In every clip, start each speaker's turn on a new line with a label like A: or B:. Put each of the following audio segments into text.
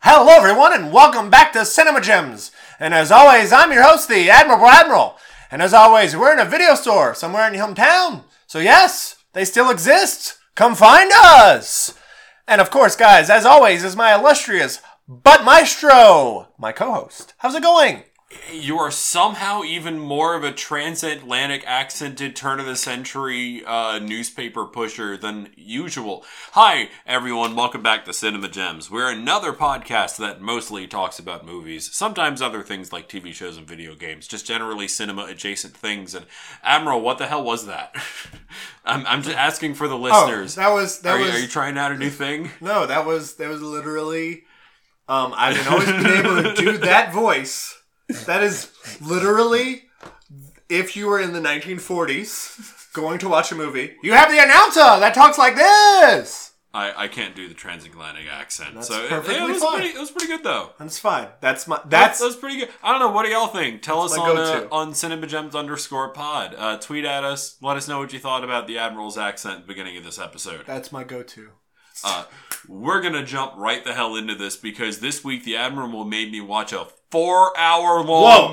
A: Hello, everyone, and welcome back to Cinema Gems. And as always, I'm your host, the Admirable Admiral. And as always, we're in a video store somewhere in your hometown. So, yes, they still exist. Come find us. And of course, guys, as always, is my illustrious Butt Maestro, my co host. How's it going?
B: You are somehow even more of a transatlantic accented turn of the century uh, newspaper pusher than usual. Hi, everyone. Welcome back to Cinema Gems. We're another podcast that mostly talks about movies, sometimes other things like TV shows and video games, just generally cinema adjacent things. And Admiral, what the hell was that? I'm, I'm just asking for the listeners.
C: Oh, That was that
B: are,
C: was
B: you, are you trying out a new thing?
C: no, that was that was literally. Um, I've always been able to do that voice. That is literally, if you were in the 1940s going to watch a movie,
A: You have the announcer that talks like this.
B: I, I can't do the transatlantic accent. so it- it,
A: perfectly
B: was
A: fine.
B: pretty, it was pretty good, though.
A: That's fine. That's my. That's.
B: That's that's pretty good. I don't know. What do y'all think? Tell us
A: my
B: on uh,
A: go-to.
B: on cinemagems underscore pod. Uh, tweet at us. Let us know what you thought about the admiral's accent at the beginning of this episode.
A: That's my go-to.
B: Uh, we're gonna jump right the hell into this because this week the admiral made me watch a four hour long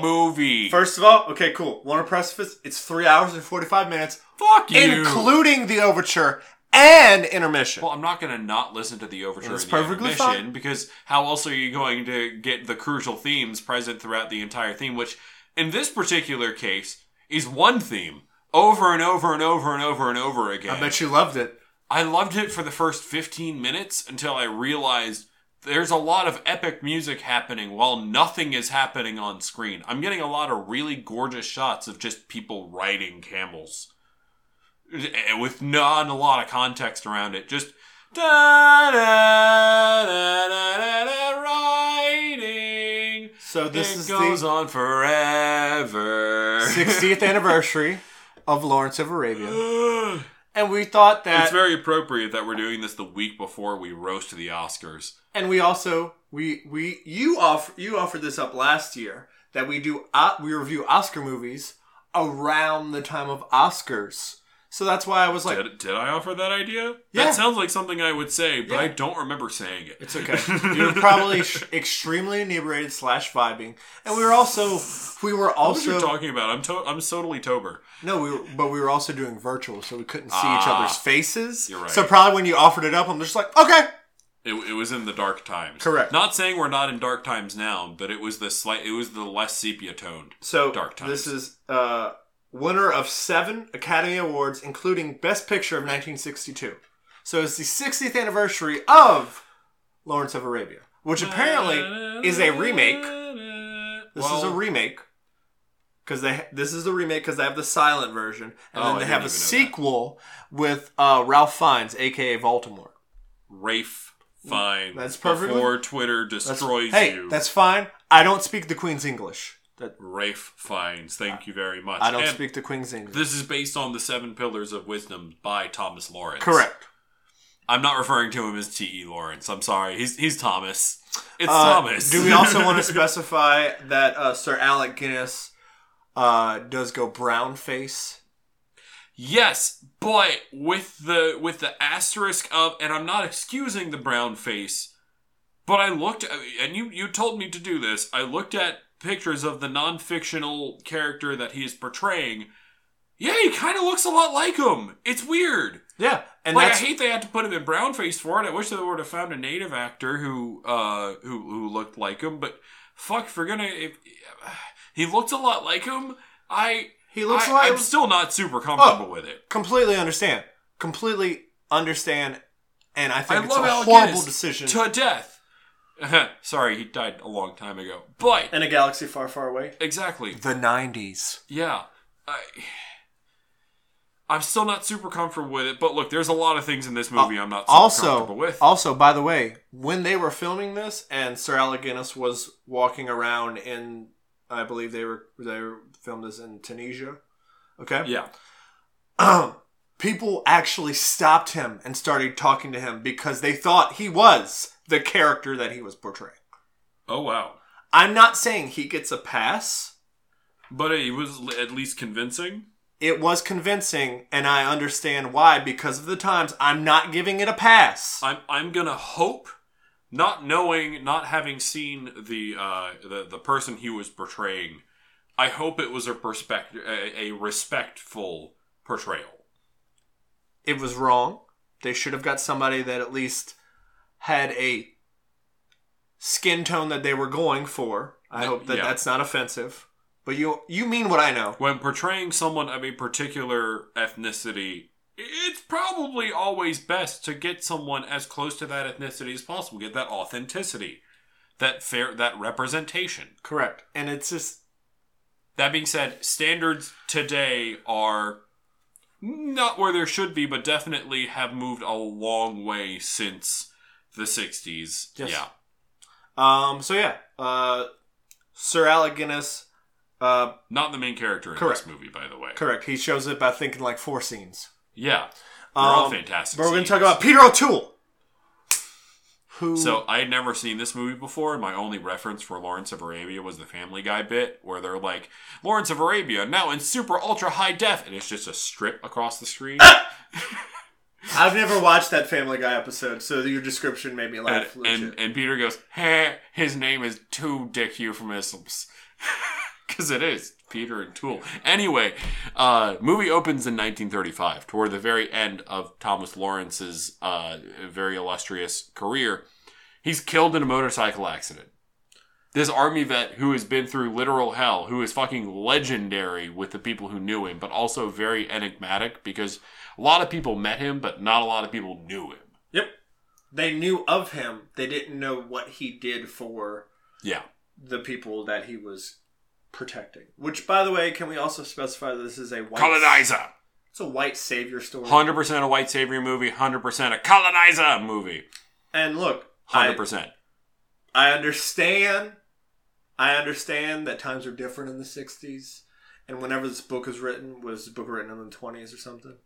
C: Whoa.
B: movie.
C: First of all, okay, cool. Want to preface? It's three hours and 45 minutes.
B: Fuck you.
A: including the overture and intermission.
B: well, I'm not gonna not listen to the overture and
A: That's
B: the
A: perfectly
B: intermission
A: fine.
B: because how else are you going to get the crucial themes present throughout the entire theme? Which, in this particular case, is one theme over and over and over and over and over again.
C: I bet you loved it.
B: I loved it for the first 15 minutes until I realized there's a lot of epic music happening while nothing is happening on screen. I'm getting a lot of really gorgeous shots of just people riding camels Eh, with not a lot of context around it. Just da da da da da, da riding.
C: So this
B: it
C: is
B: goes
C: the
B: on forever.
C: 60th anniversary of Lawrence of Arabia,
B: it's
C: and we thought that
B: very appropriate that we're doing this the week before we roast the Oscars.
C: And we also we we you off you offered this up last year that we do uh, we review Oscar movies around the time of Oscars. So that's why I was like,
B: Did, did I offer that idea?
C: Yeah.
B: That sounds like something I would say, but I don't remember saying it.
C: it's okay. You're probably sh- extremely inebriated slash vibing, and we were also we were
B: What are you
C: also
B: talking about? I'm to- I'm totally tober.
C: no we were, but we were also doing virtual, so we couldn't see each
B: Ah.
C: other's faces.
B: You're right.
C: So probably when you offered it up, I'm just like, okay,
B: It, it was in the dark times.
C: Correct.
B: Not saying we're not in dark times now, but it was the slight. It was the less sepia toned.
C: So
B: Dark times.
C: this is uh, winner of seven Academy Awards, including Best Picture of 1962. So it's the 60th anniversary of Lawrence of Arabia, which apparently is a remake. This is a remake because they this is the remake because they have the silent version, and
B: Oh, I
C: then they
B: didn't
C: have a
B: even know that.
C: sequel with uh, Ralph Fiennes, aka Baltimore.
B: Rafe fine.
C: That's perfectly-
B: Before Twitter destroys
C: hey,
B: you.
C: that's fine. I don't speak the Queen's English. That
B: Rafe fines. Thank you very much.
C: I don't
B: And
C: speak the Queen's English.
B: This is based on the Seven Pillars of Wisdom by Thomas Lawrence.
C: Correct.
B: I'm not referring to him as T.E. Lawrence. I'm sorry. He's he's Thomas. It's
C: Uh,
B: Thomas.
C: Do we also want to specify that uh, Sir Alec Guinness uh, does go brown face?
B: Yes, but with the with the asterisk of, and I'm not excusing the brown face, but I looked, and you you told me to do this. I looked at pictures of the non-fictional character that he is portraying. Yeah, he kind of looks a lot like him. It's weird.
C: Yeah, and
B: like I
C: that's
B: hate they had to put him in brown face for it. I wish they would have found a native actor who uh who who looked like him. But fuck, if we're gonna if, he looked a lot like him. I
C: he looks
B: I,
C: like. Oh.
B: I'm still not super comfortable with it.
C: completely understand. Completely understand. And I think
B: I
C: it's
B: love
C: a
B: Alec
C: horrible
B: Guinness
C: decision.
B: to death. Sorry, he died a long time ago. But
C: in a galaxy far, far away.
B: exactly,
A: the 90s.
B: yeah. I, I'm still not super comfortable with it. But look, there's a lot of things in this movie I'm not super comfortable
C: Uh, Also,
B: with.
C: also, by the way, when they were filming this, and Sir Alec Guinness was walking around in, I believe they were they were filmed this in Tunisia. Okay.
B: yeah,
C: people actually stopped him and started talking to him because they thought he was the character that he was portraying.
B: Oh wow.
C: I'm not saying he gets a pass.
B: But it was l- at least convincing.
C: It was convincing, and I understand why because of the times. I'm not giving it a pass.
B: I'm I'm gonna hope not knowing, not having seen the uh, the the person he was portraying, I hope it was a perspect a, a respectful portrayal.
C: It was wrong. They should have got somebody that at least had a skin tone that they were going for. I
B: Uh,
C: hope that
B: yeah.
C: that's not offensive. But you you mean what I know.
B: When portraying someone of a particular ethnicity, it's probably always best to get someone as close to that ethnicity as possible. Get that authenticity, that fair, that representation.
C: Correct. And it's just
B: That being said, standards today are not where there should be, but definitely have moved a long way since the 60s.
C: Yes.
B: Yeah.
C: um so yeah, uh Sir Alec Guinness uh
B: Not the main character in
C: Correct.
B: this movie, by the way.
C: correct. He shows up I think in like four scenes.
B: Yeah. They're
C: Um,
B: all fantastic.
C: But we're gonna
B: scenes.
C: talk about Peter O'Toole. Who
B: So I had never seen this movie before. and My only reference for Lawrence of Arabia was the Family Guy bit where they're like, Lawrence of Arabia, now in super ultra high def. And it's just a strip across the screen.
C: I've never watched that Family Guy episode, so your description made me
B: and,
C: laugh. legit.
B: and, and Peter goes, "Heh, his name is two dick euphemisms." Because it is Peter and Tool. Anyway, uh, movie opens in 1935, toward the very end of Thomas Lawrence's uh, very illustrious career. He's killed in a motorcycle accident. This army vet who has been through literal hell, who is fucking legendary with the people who knew him, but also very enigmatic because a lot of people met him, but not a lot of people knew him.
C: Yep. They knew of him. They didn't know what he did for
B: Yeah.
C: the people that he was protecting. Which, by the way, can we also specify that this is a white
B: Colonizer!
C: It's a white savior story.
B: Hundred percent a white savior movie. Hundred percent a colonizer movie.
C: and look,
B: Hundred
C: I,
B: percent.
C: I understand. I understand that times are different in the '60s, and whenever this book was written, was the book written in the '20s or something?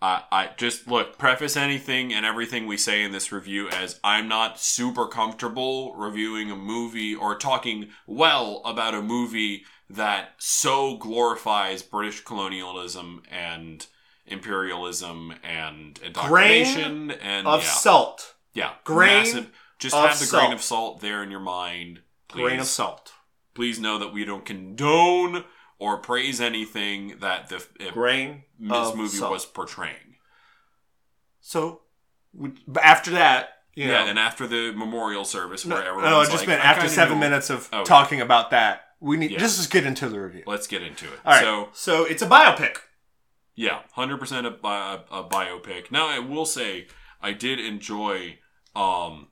B: I, I just look preface anything and everything we say in this review as I'm not super comfortable reviewing a movie or talking well about a movie that so glorifies British colonialism and imperialism and indoctrination and
C: of
B: yeah,
C: salt.
B: yeah
C: grain
B: Just
C: of
B: have the
C: salt.
B: grain of salt there in your mind. Please.
C: Grain of salt.
B: Please know that we don't condone or praise anything that the uh,
C: Grain.
B: this
C: of
B: movie
C: salt.
B: was portraying.
C: So, we, but after that, you know,
B: Yeah. and after the memorial service,
C: No,
B: where
C: no,
B: everyone's
C: no, it just
B: like,
C: meant
B: "I
C: after
B: kinda
C: seven
B: knew."
C: minutes of
B: Oh, yeah.
C: talking about that. We need
B: Yeah.
C: just let's get into the review.
B: Let's get into it.
C: All right,
B: So,
C: so, it's a biopic.
B: yeah, hundred percent a, bi- a biopic. Now, I will say, I did enjoy um,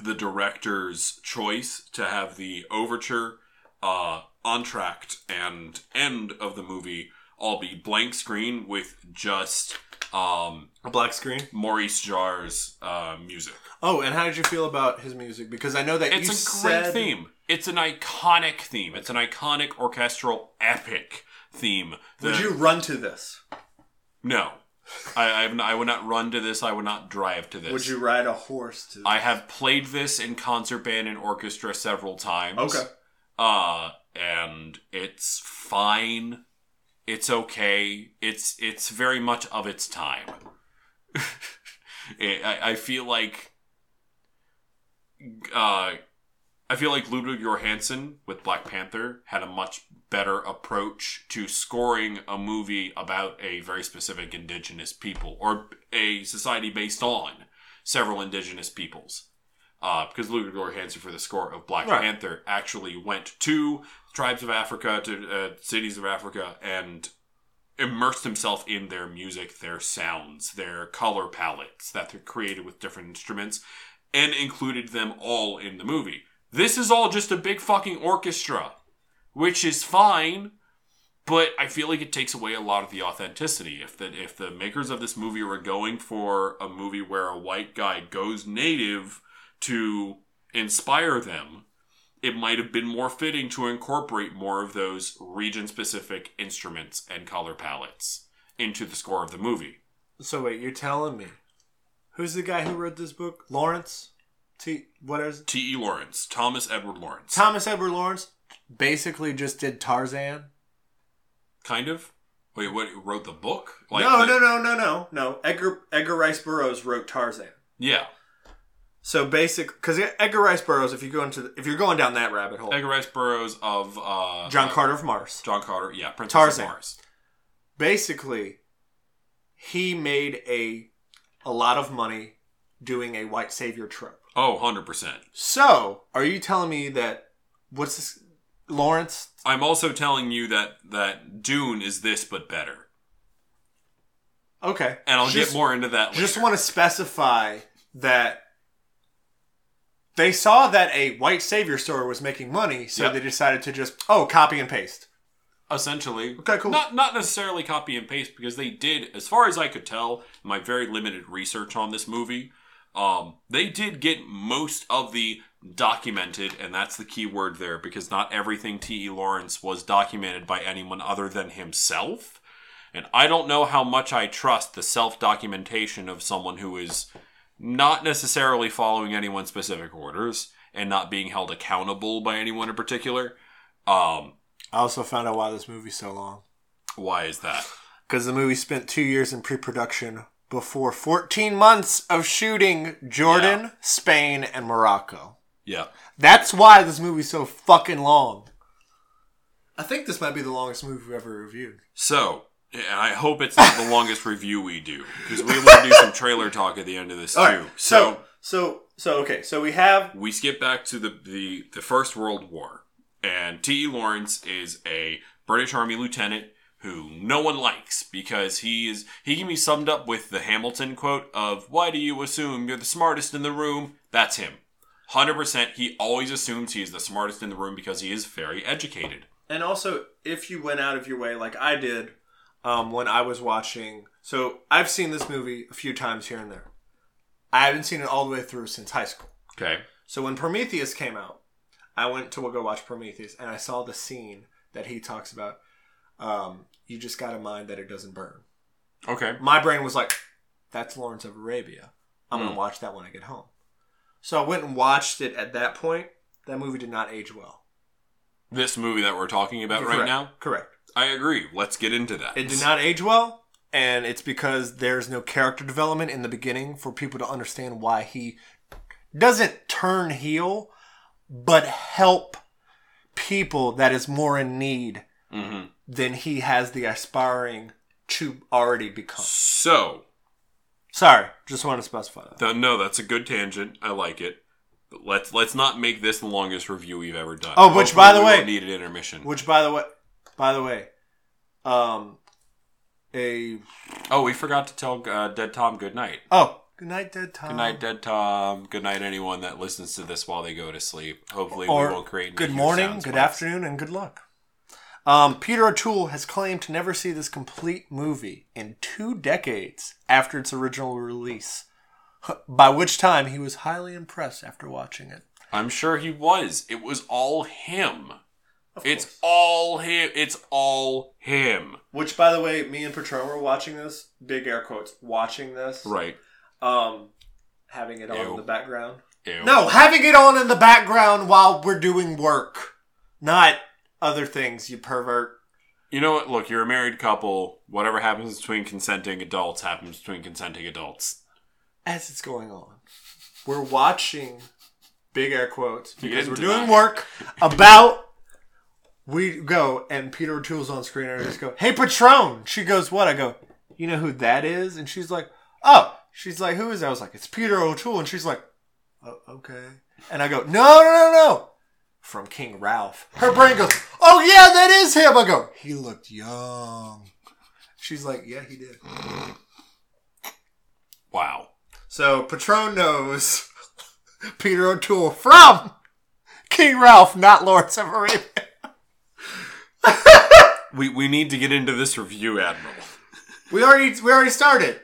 B: the director's choice to have the overture, uh, entract, and end of the movie all be blank screen with just um,
C: A black screen.
B: Maurice Jar's uh, music.
C: Oh, and how did you feel about his music? Because I know that
B: It's
C: you
B: a great
C: said-
B: theme. It's an iconic theme. It's an iconic orchestral epic theme.
C: Would
B: The-
C: you run to this?
B: No, I, I have n- I would not run to this. I would not drive to this.
C: Would you ride a horse to? This?
B: I have played this in concert band and orchestra several times.
C: Okay.
B: Uh, and it's fine. It's okay. It's it's very much of its time. it, I, I feel like. Uh, I feel like Ludwig Johansson with Black Panther had a much better approach to scoring a movie about a very specific indigenous people or a society based on several indigenous peoples. Uh, because Ludwig Johansson for the score of Black
C: Right.
B: Panther actually went to tribes of Africa, to uh, cities of Africa, and immersed himself in their music, their sounds, their color palettes that they're created with different instruments, and included them all in the movie. This is all just a big fucking orchestra, which is fine, but I feel like it takes away a lot of the authenticity. If the if the makers of this movie were going for a movie where a white guy goes native to inspire them, it might have been more fitting to incorporate more of those region specific instruments and color palettes into the score of the movie.
C: So wait, you're telling me, who's the guy who wrote this book? Lawrence, T. What is
B: T.E. E Lawrence, Thomas Edward Lawrence.
C: Thomas Edward Lawrence? Basically, just did Tarzan.
B: kind of? Wait, what wrote the book? Like
C: no,
B: the-
C: no, no, no, no, no. Edgar Edgar Rice Burroughs wrote Tarzan.
B: Yeah.
C: So basic, because Edgar Rice Burroughs, if you go into the, if you're going down that rabbit hole,
B: Edgar Rice Burroughs of uh,
C: John
B: uh,
C: Carter of Mars.
B: John Carter, yeah, Princess
C: Tarzan.
B: of Mars.
C: Basically, he made a a lot of money doing a white savior trope.
B: Oh, 100%.
C: So, are you telling me that what's this Lawrence?
B: I'm also telling you that that Dune is this but better.
C: Okay,
B: And I'll
C: Just-
B: get more into that later.
C: Just want to specify that they saw that a white savior store was making money, so
B: Yep.
C: they decided to just oh copy and paste.
B: essentially.
C: Okay, cool.
B: Not not necessarily copy and paste because they did, as far as I could tell, my very limited research on this movie. Um, they did get most of the documented, and that's the key word there because not everything T.E. Lawrence was documented by anyone other than himself. And I don't know how much I trust the self documentation of someone who is not necessarily following anyone's specific orders and not being held accountable by anyone in particular. Um,
C: I also found out why this movie's so long
B: why is that?
C: because the movie spent two years in pre-production before 14 months of shooting Jordan, Spain, and Morocco.
B: Yeah.
C: That's why this movie's so fucking long. I think this might be the longest movie we've ever reviewed.
B: So, and I hope it's not the longest review we do because we will do some trailer talk at the end of this
C: All
B: too.
C: right, so so so okay, so we have
B: we skip back to the the, the First World War, and T. E. Lawrence is a British Army lieutenant who no one likes because he is he can be summed up with the Hamilton quote of "Why do you assume you're the smartest in the room?" That's him. 100% he always assumes he is the smartest in the room because he is very educated.
C: And also, if you went out of your way, like I did um, when I was watching, so I've seen this movie a few times here and there. I haven't seen it all the way through since high school.
B: Okay.
C: So when Prometheus came out, I went to go watch Prometheus, and I saw the scene that he talks about. Um, you just got to mind that it doesn't burn.
B: Okay.
C: My brain was like, "That's Lawrence of Arabia. I'm
B: Hmm.
C: gonna watch that when I get home." So I went and watched it at that point. That movie did not age well.
B: This movie that we're talking about right
C: Correct.
B: now,
C: correct.
B: I agree. Let's get into that.
C: It did not age well, and it's because there's no character development in the beginning for people to understand why he doesn't turn heel, but help people that is more in need
B: Mhm.
C: than he has the aspiring to already become.
B: So,
C: Sorry, just wanted to specify that.
B: th- no, that's a good tangent. I like it. But let's let's not make this the longest review we've ever done.
C: Oh, which, by the
B: we
C: way-
B: won't need an intermission.
C: Which, by the way, by the way, um, a
B: oh, we forgot to tell uh, Dead Tom good night.
C: oh, good night, dead time.
B: Good night, Dead Tom. Good night, anyone that listens to this while they go to sleep. Hopefully,
C: or
B: we won't create. any
C: good
B: huge
C: morning,
B: sound
C: good
B: bites.
C: afternoon, and good luck. Um, Peter O'Toole has claimed to never see this complete movie in two decades after its original release, by which time he was highly impressed after watching it.
B: I'm sure he was. It was all him. It's all him. It's all him.
C: Which, by the way, me and Patron were watching this. Big air quotes. Watching this.
B: Right.
C: Um, having it on in
B: Ew.
C: the background.
B: Ew.
C: No, having it on in the background while we're doing work, not other things. You pervert.
B: You know what? Look, you're a married couple. Whatever happens between consenting adults happens between consenting adults.
C: as it's going on, we're watching big air quotes because
B: didn't
C: we're
B: deny
C: doing
B: it.
C: work about. We go and Peter O'Toole's on screen and I just go, "Hey, Patron." She goes, "What?" I go, "You know who that is?" And she's like, "Oh." She's like, "Who is that?" I was like, "It's Peter O'Toole." And she's like, oh, "Okay." And I go, "No, no, no, no." From King Ralph, her brain goes, "Oh yeah, that is him." I go, "He looked young." She's like, "Yeah, he did."
B: Wow.
C: So Patron knows Peter O'Toole from King Ralph, not Lawrence of Arabia.
B: We, we need to get into this review, Admiral.
C: We already we already started.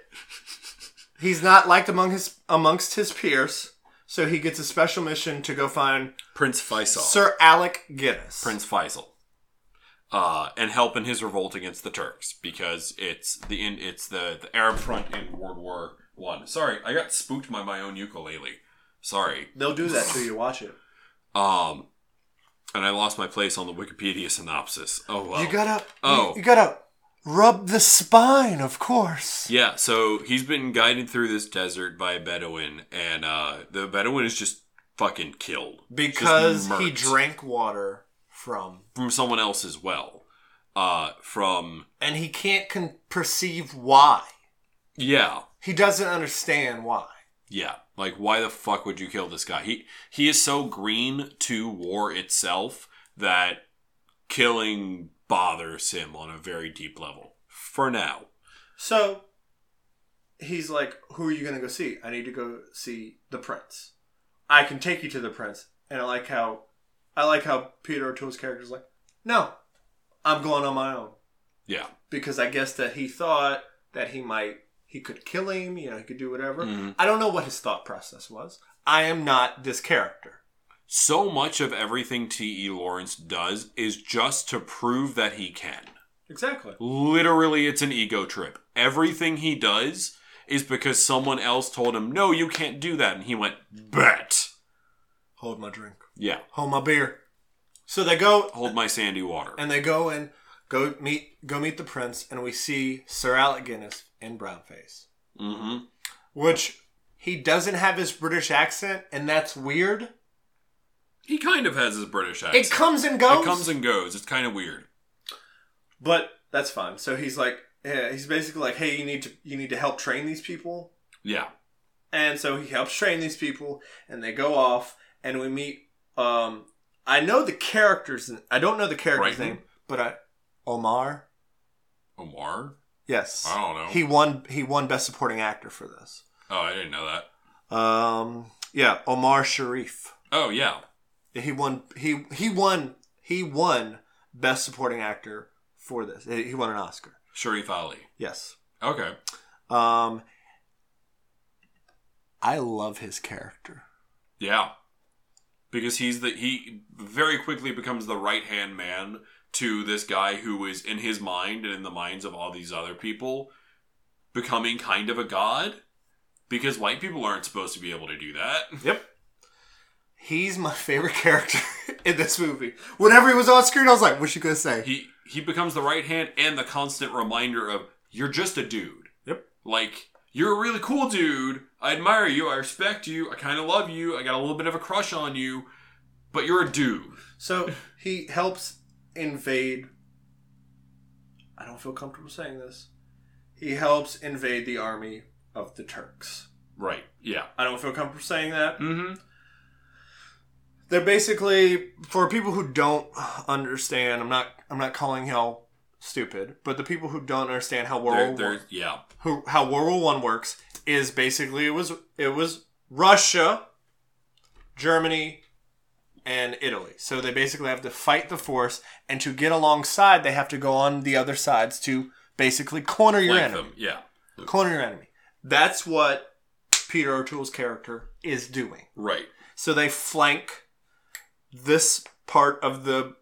C: He's not liked among his amongst his peers, so he gets a special mission to go find
B: Prince Faisal.
C: Sir Alec Guinness.
B: Prince Faisal. Uh, and help in his revolt against the Turks because it's the in, it's the, the Arab front in World War One. Sorry, I got spooked by my own ukulele. Sorry.
C: They'll do that to you. Watch it.
B: Um, and I lost my place on the Wikipedia synopsis. Oh well.
C: You gotta.
B: Oh.
C: You, you gotta
A: Rub the spine, of course.
B: Yeah, so he's been guided through this desert by a Bedouin, and uh, the Bedouin is just fucking killed
C: because
B: Just
C: he
B: murked.
C: drank water from,
B: from someone else as well. Uh, from
C: and he can't con- perceive why.
B: yeah,
C: He doesn't understand why.
B: yeah. Like, why the fuck would you kill this guy? He he is so green to war itself that killing bothers him on a very deep level. For now,
C: So he's like, "Who are you gonna go see? I need to go see the prince. I can take you to the prince." And I like how, I like how Peter O'Toole's character is like, "No, I'm going on my own."
B: yeah,
C: because I guess that he thought that he might he could kill him, you know, he could do whatever. I don't know what his thought process was. I am not this character.
B: so much of everything T.E. Lawrence does is just to prove that he can.
C: Exactly.
B: Literally, it's an ego trip. Everything he does is because someone else told him, no, you can't do that. And he went, bet.
C: Hold my drink.
B: Yeah.
C: Hold my beer. So they go
B: Hold my sandy water.
C: and they go and go meet go meet the prince and we see Sir Alec Guinness in brownface.
B: Mm-hmm.
C: Which he doesn't have his British accent and that's weird.
B: He kind of has his British accent.
C: It comes and
B: It
C: goes.
B: comes and goes. It's kind of weird.
C: but that's fine. So he's like yeah, he's basically like, "Hey, you need to you need to help train these people."
B: Yeah.
C: And so he helps train these people, and they go off, and we meet. Um, I know the character's. I don't know the character's
B: Brighton?
C: name, but I Omar.
B: Omar?
C: Yes,
B: I don't know.
C: He won. He won best supporting actor for this.
B: Oh, I didn't know that.
C: Um, yeah, Omar Sharif.
B: Oh, yeah.
C: He won. He he won. He won best supporting actor for this. He he won an Oscar.
B: Sharif Ali.
C: Yes.
B: Okay.
C: Um, I love his character.
B: Yeah. Because he's the he very quickly becomes the right hand man to this guy who is in his mind and in the minds of all these other people becoming kind of a god. Because white people aren't supposed to be able to do that.
C: Yep. He's my favorite character in this movie. Whenever he was on screen, I was like, what's she gonna say?
B: He he becomes the right hand and the constant reminder of you're just a dude.
C: Yep.
B: Like you're a really cool dude. I admire you. I respect you. I kind of love you. I got a little bit of a crush on you, but you're a dude.
C: so he helps invade. I don't feel comfortable saying this. He helps invade the army of the Turks.
B: Right. Yeah.
C: I don't feel comfortable saying that.
B: Mm-hmm.
C: They're basically for people who don't understand. I'm not. I'm not calling y'all stupid, but the people who don't understand how World
B: There,
C: War
B: there, yeah.
C: who, how World War One works is basically it was it was Russia, Germany, and Italy. So they basically have to fight the force, and to get alongside, they have to go on the other sides to basically corner your
B: Like
C: enemy.
B: them. Yeah.
C: Corner your enemy. That's what Peter O'Toole's character is doing.
B: Right.
C: So they flank this part of the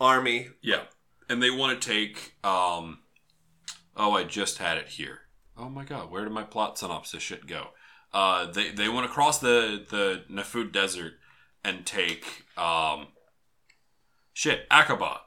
C: army.
B: Yeah. And they want to take um oh I just had it here. Oh my god, where did my plot synopsis shit go? Uh they they want to cross the the Nafud desert and take um shit, Aqaba.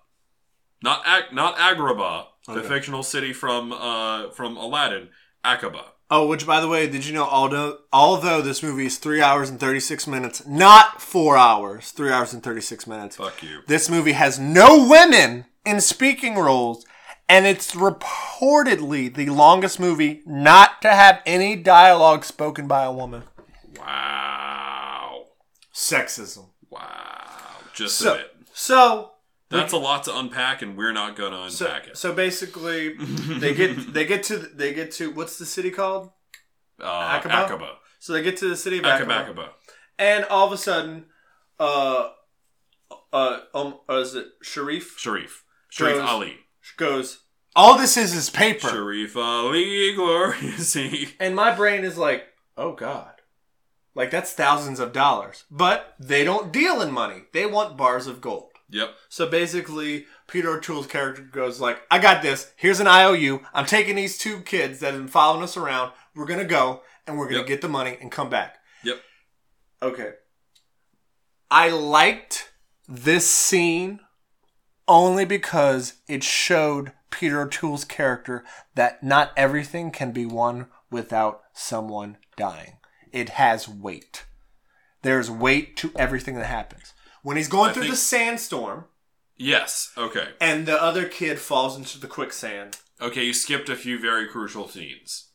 B: Not Ag- not Agrabah, the
C: Okay.
B: fictional city from uh from Aladdin, Aqaba.
C: Oh, which by the way, did you know although although this movie is three hours and thirty six minutes, not four hours, three hours and thirty six minutes.
B: Fuck you.
C: This movie has no women in speaking roles, and it's reportedly the longest movie not to have any dialogue spoken by a woman.
B: Wow.
C: Sexism.
B: Wow. Just a
C: So
B: bit.
C: so
B: That's a lot to unpack and we're not going to unpack
C: so,
B: it.
C: so basically they get they get to they get to what's the city called?
B: uh,
C: Aqaba?
B: Aqaba.
C: So they get to the city of
B: Aqaba.
C: Aqaba.
B: Aqaba.
C: and all of a sudden, uh, uh, um, uh, is it Sharif
B: Sharif. Sharif
C: Goes-
B: Ali.
C: goes? All this is is paper,
B: Sharif Ali, glorious he.
C: and my brain is like, oh god, like that's thousands of dollars. But they don't deal in money; they want bars of gold.
B: Yep.
C: So basically, Peter O'Toole's character goes like, "I got this. Here's an IOU. I'm taking these two kids that have been following us around. We're gonna go and we're gonna
B: Yep.
C: get the money and come back."
B: Yep.
C: Okay. I liked this scene only because it showed
A: Peter O'Toole's character that not everything can be won without someone dying. It has weight. There's weight to everything that happens.
C: When he's going
B: I
C: through
B: think-
C: the sandstorm
B: Yes. Okay.
C: and the other kid falls into the quicksand.
B: Okay, you skipped a few very crucial scenes.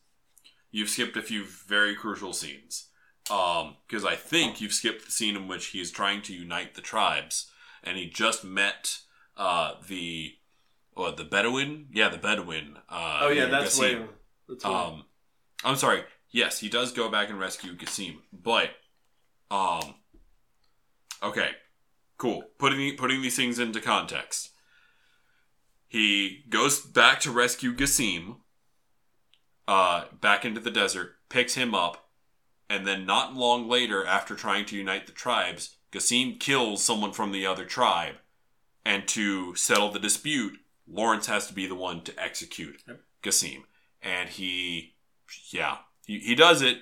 B: You've skipped a few very crucial scenes. Um, because I think you've skipped the scene in which he is trying to unite the tribes, and he just met uh the what the Bedouin? Yeah, the Bedouin. Uh,
C: Oh yeah,
B: who
C: that's
B: Gassim-
C: way. That's way.
B: Um, I'm sorry. Yes, he does go back and rescue Kasim, but um, okay, cool. Putting putting these things into context, he goes back to rescue Kasim. Uh, back into the desert, picks him up, and then not long later, after trying to unite the tribes, Kasim kills someone from the other tribe, and to settle the dispute, Lawrence has to be the one to execute Kasim and he yeah he, he does it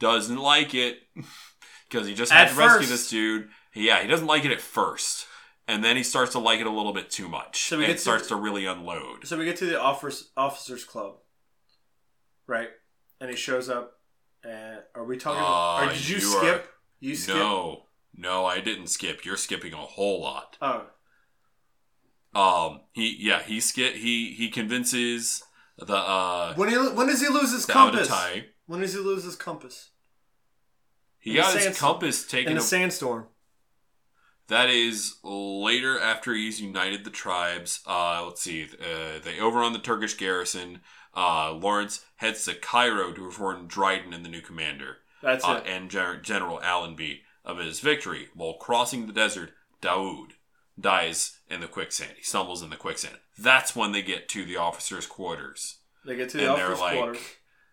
B: doesn't like it because he just had
C: At
B: to rescue
C: first.
B: this dude yeah he doesn't like it at first and then he starts to like it a little bit too much
C: So we
B: and
C: get to-
B: starts to really unload
C: so we get to the officers officers club, right? And he shows up. And are we talking?
B: Uh,
C: or did you,
B: you are-
C: skip? you skip?
B: no no i didn't skip you're skipping a whole lot
C: Oh,
B: um he yeah he skip he he convinces the uh
C: when he when does he lose his
B: the
C: compass?
B: Aodatai.
C: When does he lose his compass?
B: he
C: In the
B: got his
C: sands-
B: compass taken
C: In the
B: away.
C: sandstorm.
B: That is later after he's united the tribes. Uh, let's see. Uh, they overrun the Turkish garrison. Uh, Lawrence heads to Cairo to inform Dryden and the new commander
C: That's
B: uh,
C: it.
B: and Gen- General Allenby of his victory. While crossing the desert, Daoud dies in the quicksand. He stumbles in the quicksand. That's when they get to the officers' quarters.
C: They get to the
B: And they're
C: officers
B: like,
C: quarters.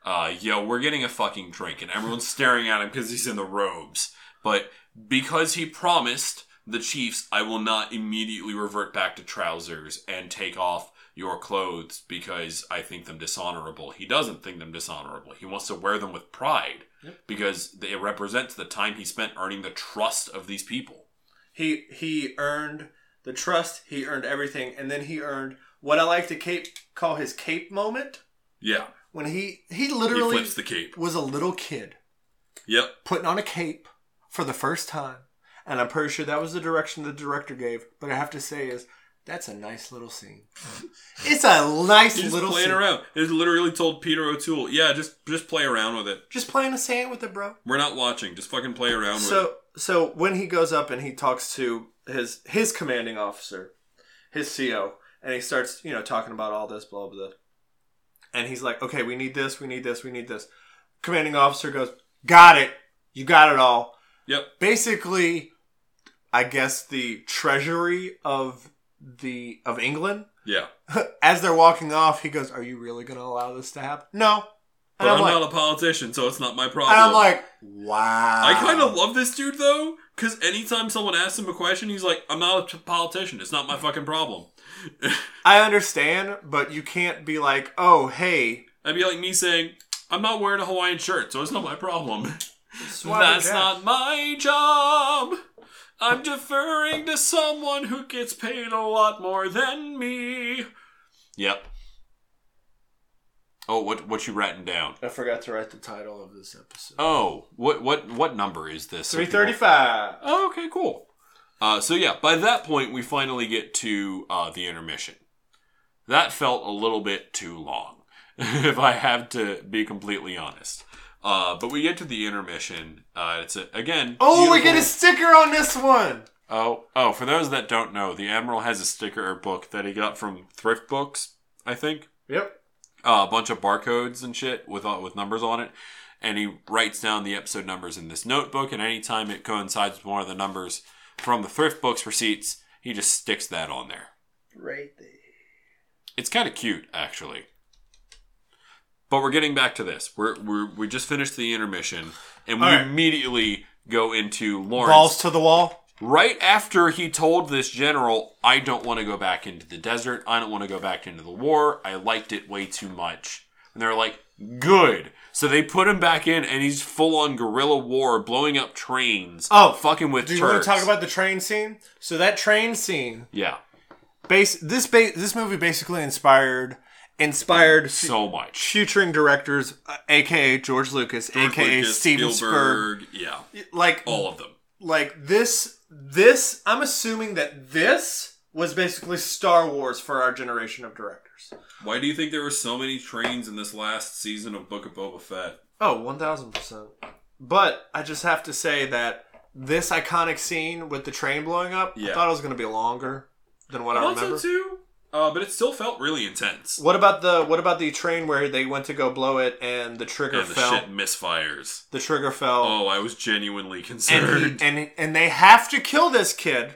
B: uh, yo, we're getting a fucking drink, and everyone's staring at him because he's in the robes. But because he promised the chiefs, I will not immediately revert back to trousers and take off your clothes because I think them dishonorable. He doesn't think them dishonorable. He wants to wear them with pride because it represents the time he spent earning the trust of these people.
C: He he earned the trust. He earned everything, and then he earned what I like to cape call his cape moment
B: Yeah,
C: when he he
B: he
C: literally
B: flips the cape.
C: was a little kid
B: Yep.
C: putting on a cape for the first time, and I'm pretty sure that was the direction the director gave. But I have to say is that's a nice little scene. it's a nice
B: He's
C: little
B: playing
C: scene.
B: around. He literally told Peter O'Toole, "Yeah, just just play around with it.
C: Just playing a sand with it, bro.
B: We're not watching. Just fucking play around with it."
C: So so when he goes up and he talks to his his commanding officer, his CO, and he starts, you know, talking about all this, blah blah blah. And he's like, Okay, we need this, we need this, we need this. Commanding officer goes, Got it. You got it all.
B: Yep.
C: Basically, I guess the treasury of the of England.
B: Yeah.
C: As they're walking off, he goes, Are you really gonna allow this to happen? No.
B: But
C: And
B: I'm,
C: I'm, like,
B: not a politician, so it's not my problem.
C: and I'm like, "Ah." Wow.
B: I kind of love this dude though, because anytime someone asks him a question, he's like, "I'm not a politician. It's not my fucking problem."
C: I understand, but you can't be like, oh, hey,
B: I'd be like me saying, "I'm not wearing a Hawaiian shirt, so it's not my problem.
C: swab
B: That's
C: your
B: not
C: gas."
B: my job. I'm deferring to someone who gets paid a lot more than me." Yep. Oh, what what you writing down?
C: I forgot to write the title of this episode.
B: Oh, what what what number is this?
C: Three thirty-five.
B: Oh, okay, cool. Uh, so yeah, by that point we finally get to uh, the intermission. That felt a little bit too long, if I have to be completely honest. Uh, but we get to the intermission. Uh, it's a, again.
C: Oh, we
B: beautiful-
C: get a sticker on this one.
B: Oh, oh! For those that don't know, the admiral has a sticker or book that he got from thrift books, I think.
C: Yep.
B: Uh, a bunch of barcodes and shit with uh, with numbers on it, and he writes down the episode numbers in this notebook. And anytime it coincides with one of the numbers from the thrift books receipts, he just sticks that on there.
C: Right there.
B: It's kind of cute, actually. But we're getting back to this. We're, we're we just finished the intermission, and we
C: All right.
B: immediately go into Lawrence
C: Balls to the wall.
B: right after he told this general, I don't want to go back into the desert. I don't want to go back into the war. I liked it way too much. And they're like, good. So they put him back in, and he's full on guerrilla war, blowing up trains.
C: Oh,
B: fucking with
C: Do you want
B: Turks.
C: to talk about the train scene? So that train scene,
B: Yeah,
C: Base this ba- this movie basically inspired inspired
B: so much.
C: futuring directors, uh, aka George Lucas, aka
B: Lucas,
C: Steven Spielberg.
B: Spielberg, Oh. yeah,
C: Like
B: all of them.
C: like this this I'm assuming that this was basically Star Wars for our generation of directors.
B: Why do you think there were so many trains in this last season of Book of Boba Fett?
C: Oh, 1000%. But I just have to say that this iconic scene with the train blowing up, I
B: Yeah.
C: thought it was going to be longer than what I
B: Lots
C: remember.
B: of two, uh, but it still felt really intense.
C: What about the what about the train where they went to go blow it and the trigger
B: And the
C: fell?
B: shit misfires.
C: The trigger fell.
B: Oh, I was genuinely concerned.
C: and, he- and and they have to kill this kid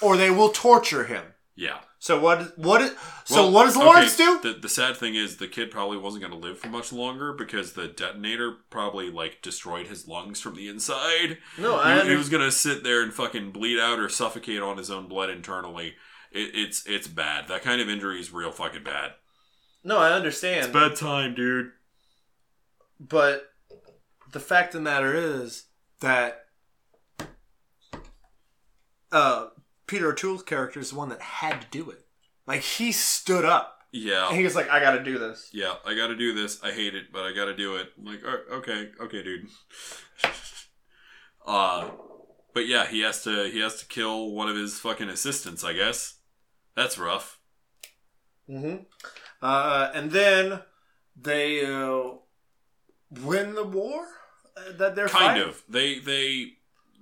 C: or they will torture him.
B: yeah.
C: So what what is, so
B: Well,
C: what does
B: okay,
C: Lawrence do?
B: The, the sad thing is, the kid probably wasn't going to live for much longer because the detonator probably like destroyed his lungs from the inside.
C: No,
B: He- he, was going to sit there and fucking bleed out or suffocate on his own blood internally. It, it's it's bad. That kind of injury is real fucking bad.
C: No, I understand.
B: Bad time, dude.
C: But the fact of the matter is that uh, Peter O'Toole's character is the one that had to do it. Like he stood up
B: Yeah.
C: and he was like, "I got to do this."
B: yeah, I gotta do this. I hate it, but I gotta do it. I'm like, "Oh, okay, okay, dude. uh, but yeah, he has to he has to kill one of his fucking assistants. I guess that's rough.
C: Mm-hmm. Uh, and then they uh, win the war uh, that they're
B: kind
C: fighting?
B: of they they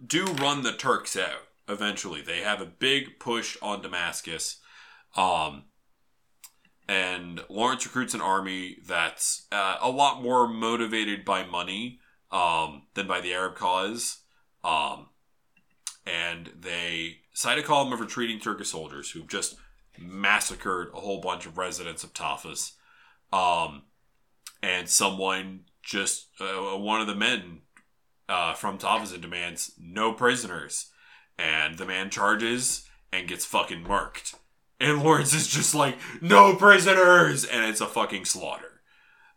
B: do run the turks out eventually they have a big push on damascus um and lawrence recruits an army that's uh, a lot more motivated by money um than by the arab cause um and they cite a column of retreating turkish soldiers who've just massacred a whole bunch of residents of tafas um and someone just uh, one of the men uh, from Tavazin demands no prisoners, and the man charges and gets fucking marked. And Lawrence is just like no prisoners, and it's a fucking slaughter.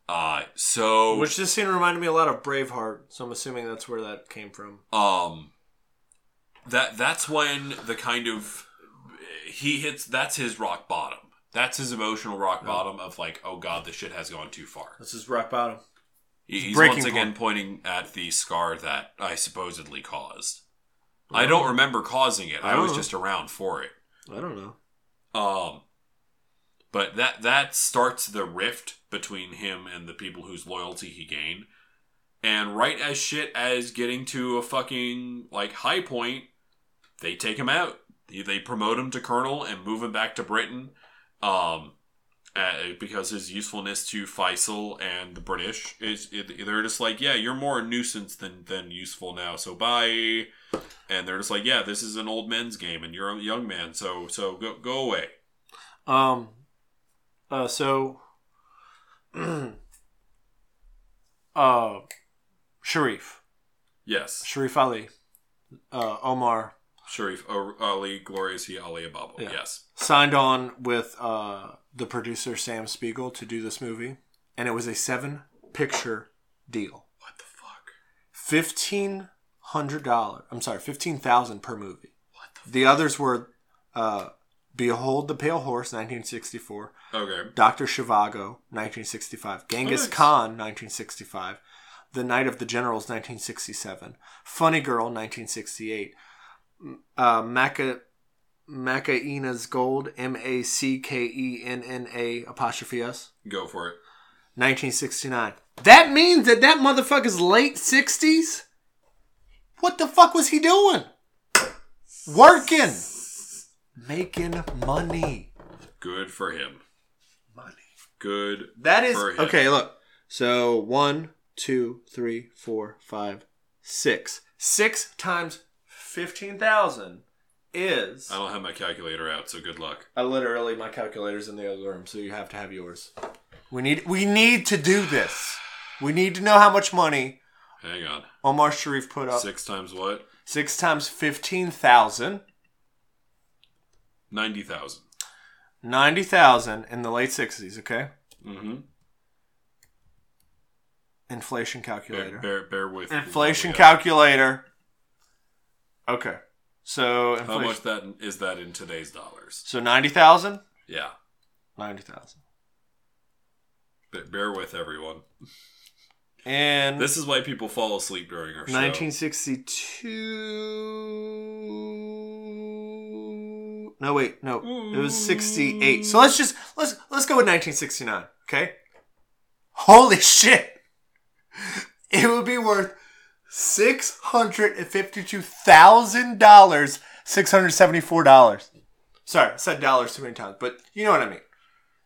B: Uh, so
C: Which this scene reminded me a lot of Braveheart, so I'm assuming that's where that came from.
B: um that that's when the kind of he hits that's his rock bottom. That's his emotional rock bottom of like, oh god, this shit has gone too far.
C: This is rock bottom.
B: He- He's
C: breaking
B: once again pointing at the scar that I supposedly caused. I don't remember causing it. I was
C: Oh.
B: just around for it.
C: I don't know.
B: Um, but that that starts the rift between him and the people whose loyalty he gained. And right as shit as getting to a fucking like high point, they take him out. They, they promote him to colonel and move him back to Britain, um, uh, because his usefulness to Faisal and the British is it, they're just like, yeah, you're more a nuisance than than useful now. So bye. And they're just like, yeah, this is an old men's game, and you're a young man, so so go go away.
C: Um. Uh. So. uh, Sharif,
B: Yes,
C: Sharif Ali, uh, Omar
B: Sharif O- Ali, glorious he Ali Ababa.
C: Yeah.
B: Yes,
C: signed on with uh the producer Sam Spiegel to do this movie, and it was a seven picture deal,
B: what the fuck?
C: fifteen hundred dollar. I'm sorry, fifteen thousand per movie.
B: What the
C: The others were, uh, Behold the Pale Horse, 1964.
B: Okay,
C: Dr. Shivago, 1965. Genghis
B: nice.
C: Khan, 1965. The Night of the Generals, 1967. Funny Girl, 1968. M- Uh, Maca, Macaena's Gold, M A C K E N N A apostrophe S,
B: go for it.
C: 1969. That means that that motherfucker's late 60s? What the fuck was he doing? Working. Making money.
B: Good for him.
C: Money.
B: Good.
C: That is
B: For him.
C: okay. Look, so one, two, three, four, five, six. Six times fifteen thousand is.
B: I don't have my calculator out, so good luck.
C: I literally my calculator's in the other room, so you have to have yours. We need we need to do this. We need to know how much money
B: Hang on.
C: Omar Sharif put up. Six,
B: Six times what?
C: times fifteen thousand.
B: Ninety thousand.
C: 90,000 in the late 60s, okay?
B: Mm-hmm.
C: Inflation calculator.
B: Bear, bear, bear with
C: Inflation
B: Cal-
C: calculator. Okay. So
B: How
C: inflation.
B: much that is that in today's dollars?
C: So ninety thousand.
B: Yeah.
C: Ninety thousand.
B: But bear with everyone.
C: And
B: This is why people fall asleep during our show.
C: 1962 no wait no it was 68 so let's just let's let's go with 1969 okay holy shit it would be worth
A: Six hundred and fifty-two thousand dollars. Six hundred seventy-four dollars.
C: sorry i said dollars too many times but you know what i mean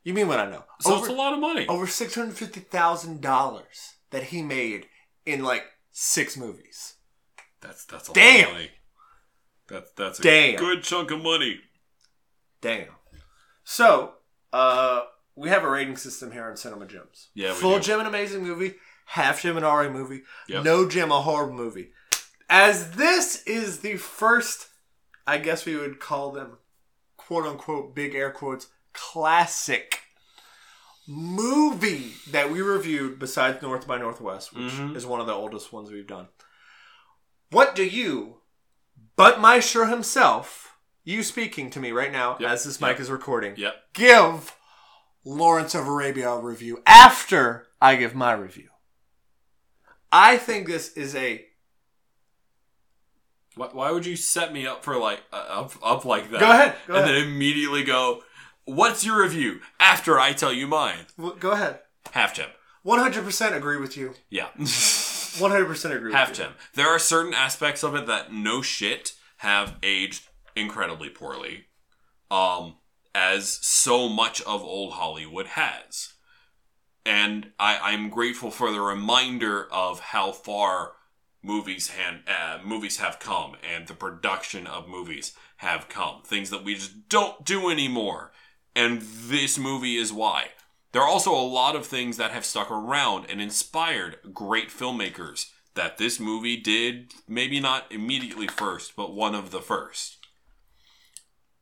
C: you mean what i know
B: So
C: over, Oh.
B: it's a lot of money.
C: over $650000 that he made in like six movies
B: That's that's a lot
C: Damn.
B: of money. That's that's a
C: Damn.
B: good chunk of money.
C: Damn. So, uh, we have a rating system here on Cinema Gems.
B: Yeah, we
C: full
B: do.
C: gem an amazing movie, half gem an RA movie,
B: Yep.
C: no gem a horror movie. As this is the first, I guess we would call them, quote unquote, big air quotes, classic movie that we reviewed besides North by Northwest, which
B: Mhm.
C: is one of the oldest ones we've done. What do you, but Maestro himself, you speaking to me right now
B: Yep,
C: as this mic
B: yep.
C: is recording,
B: Yep.
C: give Lawrence of Arabia a review after I give my review? I think this is a.
B: Why, why would you set me up for like uh, up up like that?
C: Go ahead, go
B: and
C: ahead.
B: then immediately go. What's your review after I tell you mine?
C: w- Go ahead.
B: Half gem.
C: 100% agree with you.
B: Yeah.
C: 100% agree
B: Half
C: with you.
B: gem. There are certain aspects of it that no shit have aged incredibly poorly, um, as so much of old Hollywood has. And I, I'm grateful for the reminder of how far movies hand, uh, movies have come and the production of movies have come. Things that we just don't do anymore. And this movie is why. There are also a lot of things that have stuck around and inspired great filmmakers that this movie did, maybe not immediately first, but one of the first.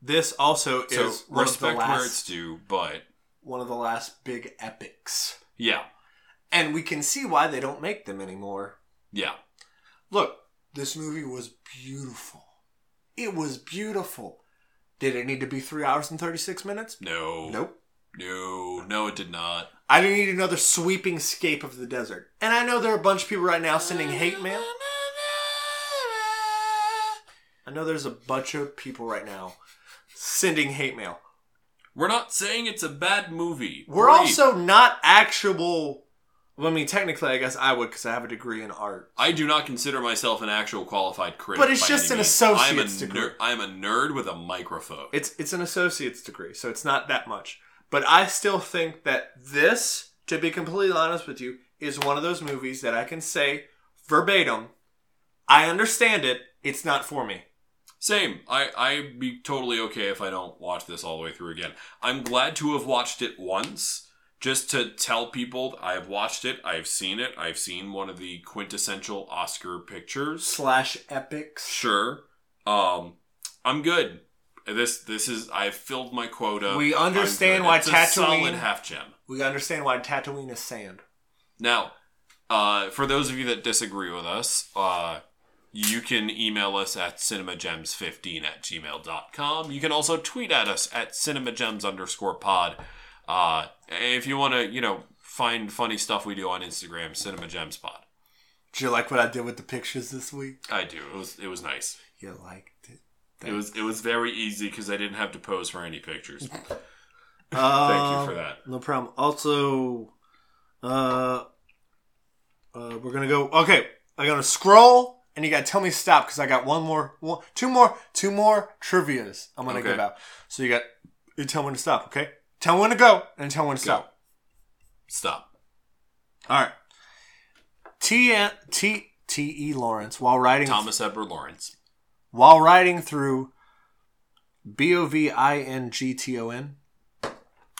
C: This also
B: So
C: is one of, the
B: respect where it's
C: last,
B: due, but
C: one of the last big epics.
B: yeah,
C: And we can see why they don't make them anymore.
B: yeah.
C: Look, this movie was beautiful. It was beautiful. Did it need to be three hours and 36 minutes?
B: No.
C: Nope.
B: No, no, it did not.
C: I didn't need another sweeping scape of the desert. And I know there are a bunch of people right now sending hate mail. I know there's a bunch of people right now sending hate mail.
B: We're not saying it's a bad movie.
C: We're
B: Breathe.
C: also not actual. Well, I mean, technically, I guess I would because I have a degree in art.
B: I do not consider myself an actual qualified critic.
C: But it's
B: by
C: just
B: any
C: an
B: means.
C: associate's
B: I'm a
C: degree.
B: ner- I'm a nerd with a microphone.
C: It's it's an associate's degree, so it's not that much. But I still think that this, to be completely honest with you, is one of those movies that I can say verbatim. I understand it. It's not for me.
B: Same. I I'd be totally okay if I don't watch this all the way through again. I'm glad to have watched it once, just to tell people I've watched it, I've seen it, I've seen one of the quintessential Oscar pictures.
C: Slash epics.
B: Sure. Um, I'm good. This this is I've filled my quota.
C: We
B: I'm
C: understand
B: good.
C: why
B: it's
C: Tatooine-
B: a solid half gem.
C: We understand why Tatooine is sand.
B: Now, uh, for those of you that disagree with us, uh, you can email us at cinemagems15 at gmail.com. You can also tweet at us at cinemagems underscore pod. Uh, if you want to, you know, find funny stuff we do on Instagram, cinemagemspod.
C: Did you like what I did with the pictures this week?
B: I do. It was it was nice.
C: You liked it.
B: It was it was very easy because I didn't have to pose for any pictures. Thank you for that.
C: Uh, No problem. Also, uh, uh, we're gonna go. Okay, I'm gonna scroll, and you gotta tell me to stop because I got one more, one, two more, two more trivia's. I'm gonna
B: Okay.
C: give out. So you got, you tell me when to stop. Okay, tell me when to go, and tell me when to stop.
B: Stop.
C: All right. T T T E Lawrence while riding
B: Thomas Edward Lawrence.
C: while riding through B O V I N G T O N.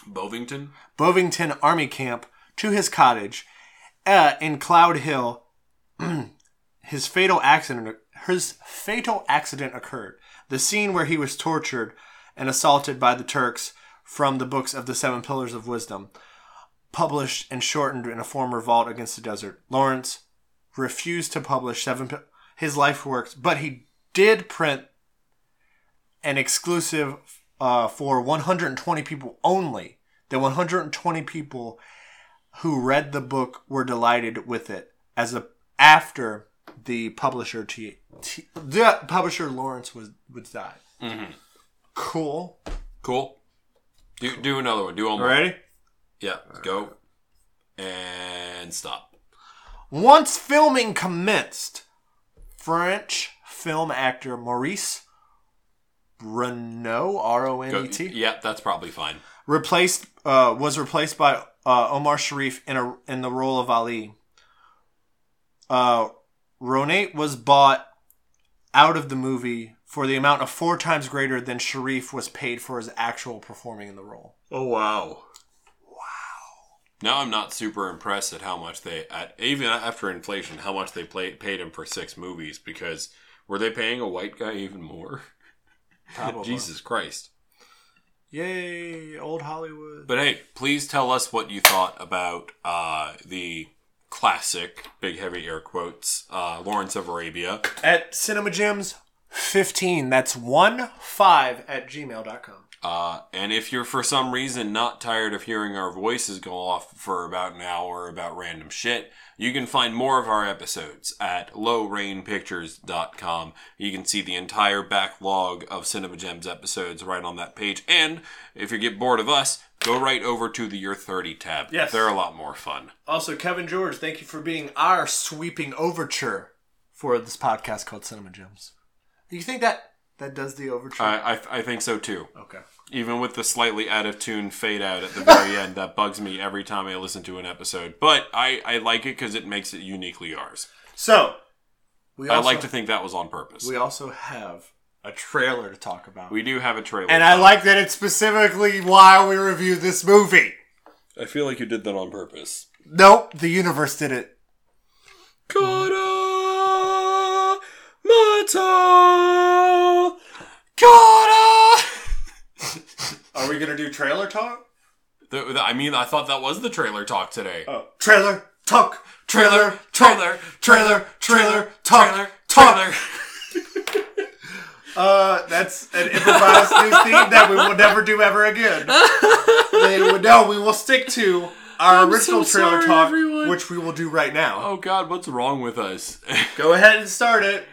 B: Bovington.
C: Bovington Army Camp to his cottage uh, in Cloud Hill. his fatal accident his fatal accident occurred. The scene where he was tortured and assaulted by the Turks from the books of the Seven Pillars of Wisdom, published and shortened in a former revolt against the desert. Lawrence refused to publish seven Pi- his life works, but he did print and exclusive uh, for 120 people only. The 120 people who read the book were delighted with it as a after the publisher T, T the publisher Lawrence was would die. Cool.
B: Cool. Do do another one. Do one more.
C: Ready?
B: Yeah. Go. And stop.
C: Once filming commenced, French film actor Maurice Renault R O
B: Go.
C: N E T
B: Yeah, that's probably fine.
C: replaced uh, was replaced by uh, Omar Sharif in a in the role of Ali. Uh, Ronate was bought out of the movie for the amount of four times greater than Sharif was paid for his actual performing in the role.
B: Oh wow. Wow. Now I'm not super impressed at how much they at even after inflation how much they play, paid him for six movies because were they paying a white guy even more?
C: Probably.
B: Jesus Christ.
C: Yay, old Hollywood.
B: But hey, please tell us what you thought about uh, the classic, big heavy air quotes, uh, Lawrence of Arabia.
C: At CinemaGems15, that's one five at gmail.com.
B: Uh, and if you're for some reason not tired of hearing our voices go off for about an hour about random shit, you can find more of our episodes at lowrainpictures.com. You can see the entire backlog of Cinema Gems episodes right on that page. And if you get bored of us, go right over to the Year 30 tab.
C: Yes.
B: They're a lot more fun.
C: Also, Kevin George, thank you for being our sweeping overture for this podcast called Cinema Gems. Do you think that that does the overture?
B: I, I, I think so too.
C: okay.
B: even with the slightly out of tune fade out at the very end that bugs me every time i listen to an episode but i, I like it because it makes it uniquely ours
C: So we
B: i
C: also,
B: like to think that was on purpose
C: we
B: we,
C: also have a trailer to talk about.
B: do have a trailer
C: and I like that it's specifically why we review this movie.
B: i feel like you did that on purpose
C: Nope, the universe did it.
B: Kara Mata Kara
C: Are we gonna do trailer talk?
B: The- the- I mean, I thought that was the trailer talk today.
C: Oh. Trailer talk. Trailer trailer trailer
B: Trailer,
C: trailer talk
B: trailer,
C: talk.
B: trailer.
C: Uh, that's an improvised new theme that we will never do ever again. They would- no, we will stick to our
B: I'm
C: original
B: so
C: trailer
B: sorry,
C: talk,
B: everyone.
C: which we will do right now.
B: Oh God, what's wrong with us?
C: Go ahead and start it.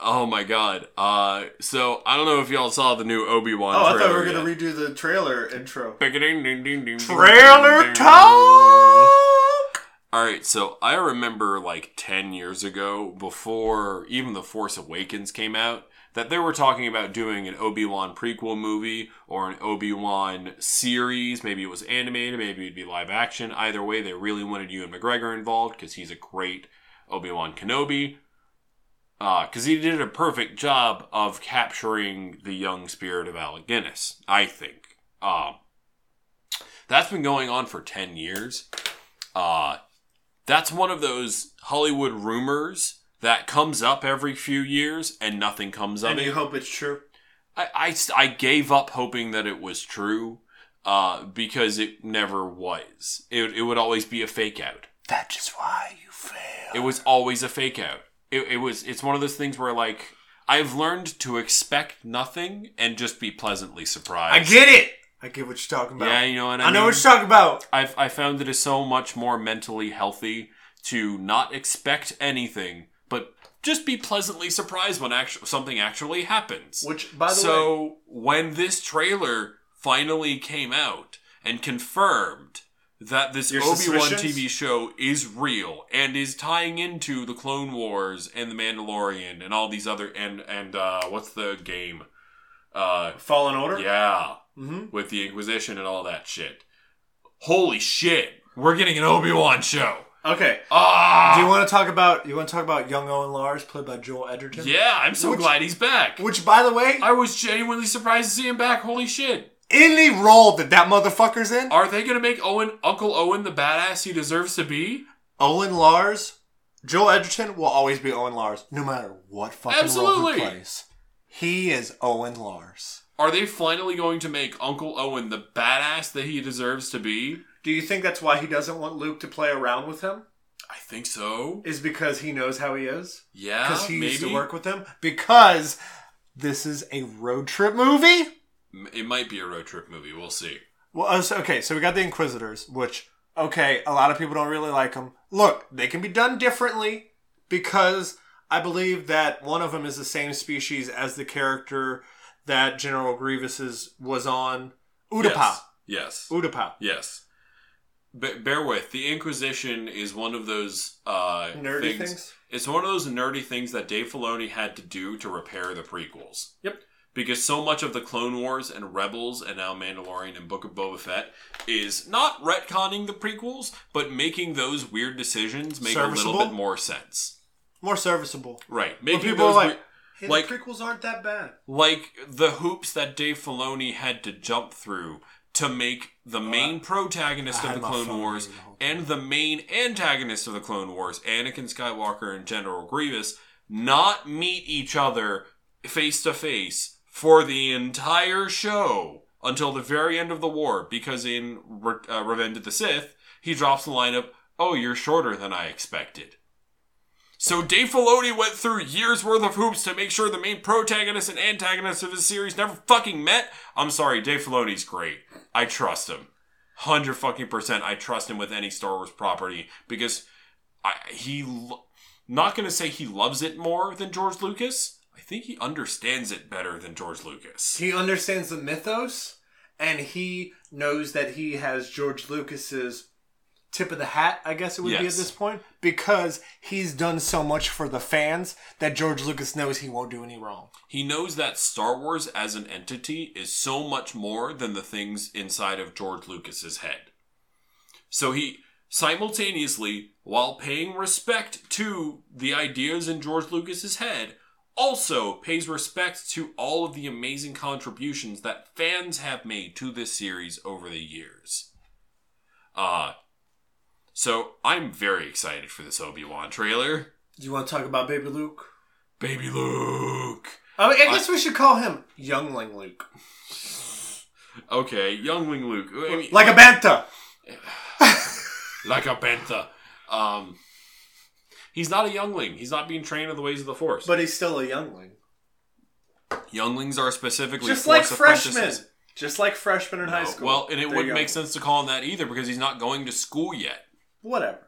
B: Oh my god. Uh, so I don't know if y'all saw the new Obi Wan.
C: Oh, I
B: trailer
C: thought we were gonna redo the trailer intro.
B: read
C: Trailer talk.
B: All right, so I remember like ten years ago, before even the Force Awakens came out, that they were talking about doing an Obi Wan prequel movie or an Obi Wan series. Maybe it was animated, maybe it'd be live action. Either way, they really wanted Ewan McGregor involved because he's a great Obi Wan Kenobi. because he did a perfect job of capturing the young spirit of Alec Guinness, I think. Um, that's been going on for 10 years. Uh, that's one of those Hollywood rumors that comes up every few years and nothing comes of
C: And
B: it.
C: you hope it's true.
B: I, I s- I gave up hoping that it was true uh, because it never was. It, it would always be a fake out.
C: That is why you fail.
B: It was always a fake out. It, it was. It's one of those things where like I've learned to expect nothing and just be pleasantly
C: I
B: surprised.
C: get it. I get what you're talking about.
B: Yeah, you know what
C: I
B: I,
C: know
B: mean?
C: what you're talking about.
B: I've I found it is so much more mentally healthy to not expect anything, but just be pleasantly surprised when actu- something actually happens.
C: Which, by the way,
B: so when this trailer finally came out and confirmed that this
C: Your
B: Obi-Wan
C: suspicions?
B: TV show is real and is tying into the Clone Wars and the Mandalorian and all these other and and uh what's the game? Uh
C: Fallen Order.
B: yeah,
C: Mm-hmm.
B: with the Inquisition and all that shit. Holy shit. We're getting an Obi-Wan show.
C: Okay.
B: Ah.
C: Do you want to talk about? You want to talk about young Owen Lars, played by Joel Edgerton?
B: yeah, I'm so
C: Which-
B: glad he's back.
C: Which, by the way,
B: I was genuinely surprised to see him back. Holy shit.
C: any role that that motherfucker's in,
B: Are they gonna make Owen Uncle Owen the badass he deserves to be?
C: Owen Lars, Joel Edgerton will always be Owen Lars, no matter what fucking role
B: Absolutely.
C: he plays. He is Owen Lars.
B: Are they finally going to make Uncle Owen the badass that he deserves to be?
C: Do you think that's why he doesn't want Luke to play around with him?
B: I think so.
C: Is because he knows how he is?
B: Yeah,
C: Because he
B: Uh, maybe.
C: used to work with him? Because this is a road trip movie?
B: M- It might be a road trip movie. We'll see.
C: Well, uh, so- okay, so we got the Inquisitors, which okay, a lot of people don't really like them. Look, they can be done differently because I believe that one of them is the same species as the character that General Grievous's was on Utapa.
B: Yes. Yes.
C: Utapa.
B: yes. Ba- bear with. The Inquisition is one of those uh,
C: Nerdy things?
B: It's one of those nerdy things that Dave Filoni had to do to repair the prequels.
C: Yep.
B: Because so much of the Clone Wars and Rebels and now Mandalorian and Book of Boba Fett is not retconning the prequels, but making those weird decisions make a
C: Serviceable?
B: little bit more sense.
C: More serviceable.
B: Right. Making
C: people
B: those
C: are like,
B: weird-
C: Hey,
B: Like-
C: the prequels aren't that bad.
B: like the hoops that Dave Filoni had to jump through to make the main protagonist
C: I
B: of
C: had
B: the
C: my
B: Clone
C: phone
B: Wars
C: in the whole
B: and the main antagonist of the Clone Wars, Anakin Skywalker and General Grievous, not meet each other face to face for the entire show until the very end of the war because in Re- uh, Revenge of the Sith, he drops the line of, "Oh, you're shorter than I expected." So Dave Filoni went through years worth of hoops to make sure the main protagonist and antagonist of his series never fucking met. I'm sorry, Dave Filoni's great. I trust him. 100 fucking percent I trust him with any Star Wars property because I he lo- not going to say he loves it more than George Lucas. I think he understands it better than George Lucas.
C: He understands the mythos, and he knows that he has George Lucas's tip of the hat, I guess it would be at
B: Yes.
C: this point, because he's done so much for the fans that George Lucas knows he won't do any wrong.
B: He knows that Star Wars as an entity is so much more than the things inside of George Lucas's head. So he simultaneously, while paying respect to the ideas in George Lucas's head, also pays respect to all of the amazing contributions that fans have made to this series over the years. Uh so I'm very excited for this Obi-Wan trailer.
C: Do you want to talk about Baby Luke?
B: Baby Luke.
C: I, mean, I guess we should call him Youngling Luke.
B: Okay, Youngling Luke. I mean-
C: Like a Banta!
B: like a bantha. Um, he's not a youngling. He's not being trained in the ways of the force.
C: But he's still a Youngling.
B: younglings are specifically
C: Just like
B: Force
C: freshmen!
B: apprentices.
C: Just like freshmen in high
B: No,
C: school.
B: Well, and it
C: They're
B: wouldn't make
C: young.
B: sense to call him that either because he's not going to school yet.
C: Whatever.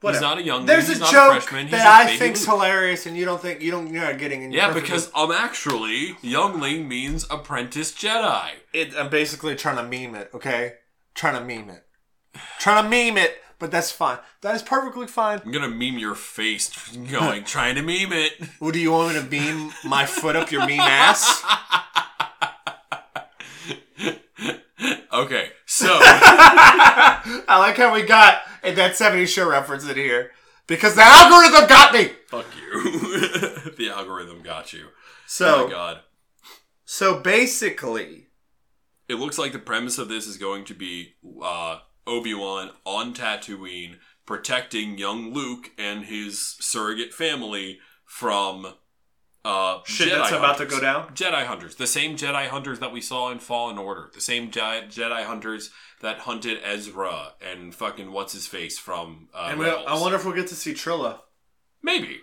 C: Whatever.
B: not a youngling,
C: There's
B: he's
C: a
B: not a
C: joke
B: freshman, he's
C: that
B: a
C: I
B: Baby
C: think's
B: Luke.
C: hilarious, and you don't think you don't you're not getting. and you're
B: Yeah,
C: perfectly
B: because I'm actually youngling means apprentice Jedi.
C: It, I'm basically trying to meme it, okay? Trying to meme it. Trying to meme it, but that's fine. That is perfectly fine.
B: I'm gonna meme your face, going trying to meme it.
C: Well, do you want me to beam my foot up your mean ass?
B: Okay, so
C: I like how we got a that 70s show reference in here because the algorithm got me.
B: fuck you. the algorithm got you. Oh
C: So,
B: my god.
C: so basically,
B: it looks like the premise of this is going to be uh, Obi Wan on Tatooine protecting young Luke and his surrogate family from uh, Jedi hunters.
C: down.
B: Jedi hunters, the same Jedi hunters that we saw in Fallen Order, the same Je- Jedi hunters that hunted Ezra and fucking what's his face from uh,
C: And we,
B: Rebels.
C: I wonder if we'll get to see Trilla
B: maybe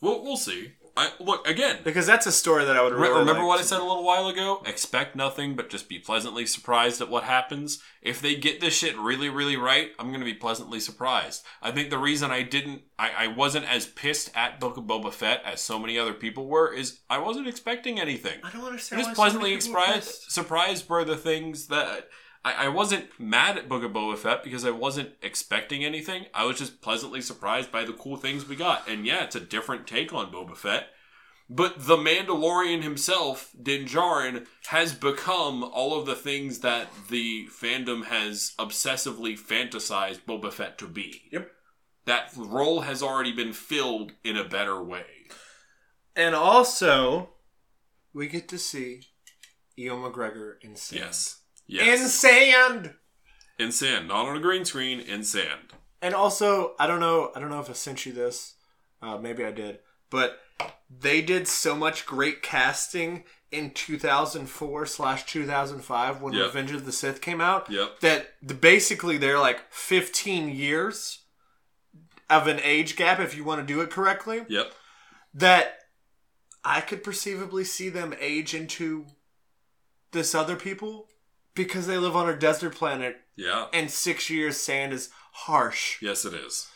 B: we'll we'll see. I, look again.
C: because that's a story that I would
B: Re-
C: really
B: remember
C: like
B: what I
C: to-
B: said a little while ago? Expect nothing, but just be pleasantly surprised at what happens. If they get this shit really, really right, I'm gonna be pleasantly surprised. I think the reason I didn't, I, I wasn't as pissed at Book of Boba Fett as so many other people were, is I wasn't expecting anything.
C: I don't
B: I'm
C: understand.
B: just
C: why so many
B: pleasantly
C: people are
B: surprised.
C: pissed.
B: Surprised were the things that I, I wasn't mad at Book of Boba Fett because I wasn't expecting anything. I was just pleasantly surprised by the cool things we got. And yeah, it's a different take on Boba Fett. But the Mandalorian himself, Din Djarin, has become all of the things that the fandom has obsessively fantasized Boba Fett to be.
C: Yep.
B: That role has already been filled in a better way.
C: And also, we get to see Ewan McGregor in sand.
B: Yes. Yes.
C: In sand.
B: in sand, not on a green screen, in sand.
C: And also, I don't know. I don't know if I sent you this. Uh, maybe I did, but they did so much great casting in 2004 slash 2005 when
B: Yep.
C: Revenge of the Sith came out.
B: Yep.
C: That the, basically they're like 15 years of an age gap if you want to do it correctly.
B: Yep.
C: that I could perceivably see them age into this other people because they live on a desert planet
B: Yeah.
C: and six years sand is harsh.
B: Yes, it is.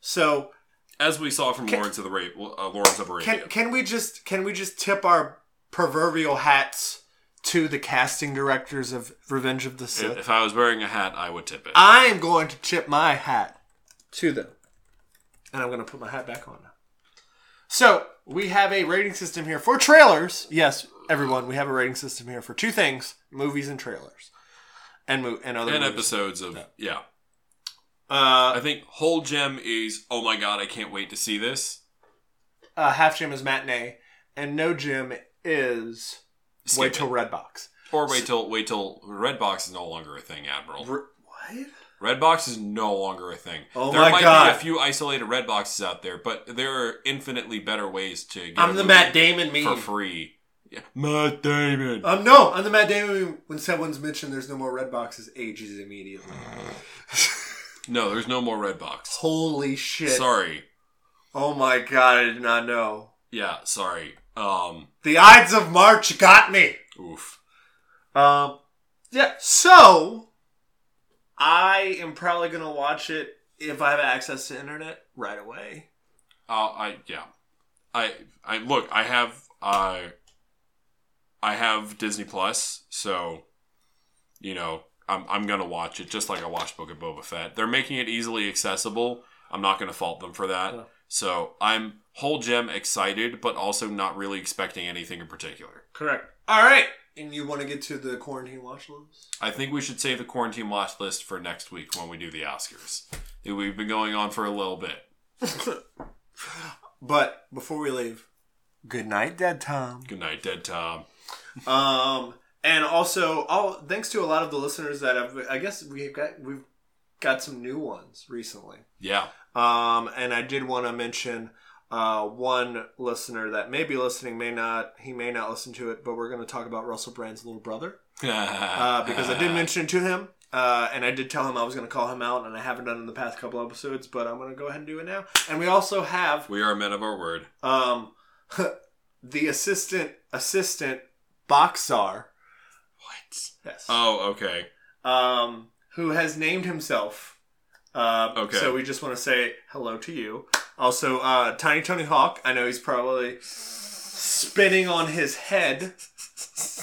C: So
B: As we saw from Lawrence of the Ra- uh, Lawrence of Arabia.
C: can can we just can we just tip our proverbial hats to the casting directors of Revenge of the Sith?
B: if I was wearing a hat, I would tip it.
C: I am going to tip my hat to them. And I'm going to put my hat back on now. So, we have a rating system here for trailers. Yes, everyone, we have a rating system here for two things movies and trailers. And, mo- and other
B: Ten
C: movies.
B: episodes of yeah.
C: Uh,
B: I think whole gem is oh my god, I can't wait to see this.
C: uh, Half Gym is matinee, and No Gym is
B: Skip
C: Wait
B: it.
C: Till Redbox.
B: or wait till wait till Redbox is no longer a thing, Admiral.
C: Re- what?
B: Redbox is no longer a thing.
C: Oh
B: there
C: my
B: might
C: God.
B: be a few isolated Redboxes out there, but there are infinitely better ways to get a
C: I'm the
B: movie
C: Matt Damon meme.
B: for free. Yeah. Matt Damon.
C: Um, no, I'm the Matt Damon meme. When someone's mentioned there's no more Redboxes, ages immediately.
B: no, there's no more Redbox.
C: Holy shit.
B: Sorry.
C: Oh my god, I did not know.
B: Yeah, sorry. Um
C: The Ides of March got me.
B: oof.
C: Um, yeah. So, I am probably gonna watch it if I have access to internet right away.
B: Uh, I yeah. I I look, I have uh I have Disney Plus, so you know, I'm I'm gonna watch it just like I watched Book of Boba Fett. They're making it easily accessible. I'm not gonna fault them for that.
C: Yeah.
B: So I'm whole gem excited, but also not really expecting anything in particular.
C: Correct. All right. And you want to get to the quarantine watch list?
B: I think we should save the quarantine watch list for next week when we do the Oscars. We've been going on for a little bit.
C: But before we leave, good night, Dead Tom.
B: Good night, Dead Tom.
C: Um, and also, all thanks to a lot of the listeners that have. I guess we've got we've got some new ones recently.
B: Yeah.
C: Um, and I did want to mention uh, one listener that may be listening, may not. He may not listen to it, but we're going to talk about Russell Brand's little brother uh, because I did mention it to him. Uh, and I did tell him I was going to call him out, and I haven't done it in the past couple episodes, but I'm going to go ahead and do it now. And we also have
B: We are men of our word.
C: um, the assistant assistant Boxar,
B: What?
C: yes,
B: Oh, okay.
C: um, who has named himself. Uh,
B: Okay.
C: So we just want to say hello to you. Also, uh, Tiny Tony Hawk. I know he's probably spinning on his head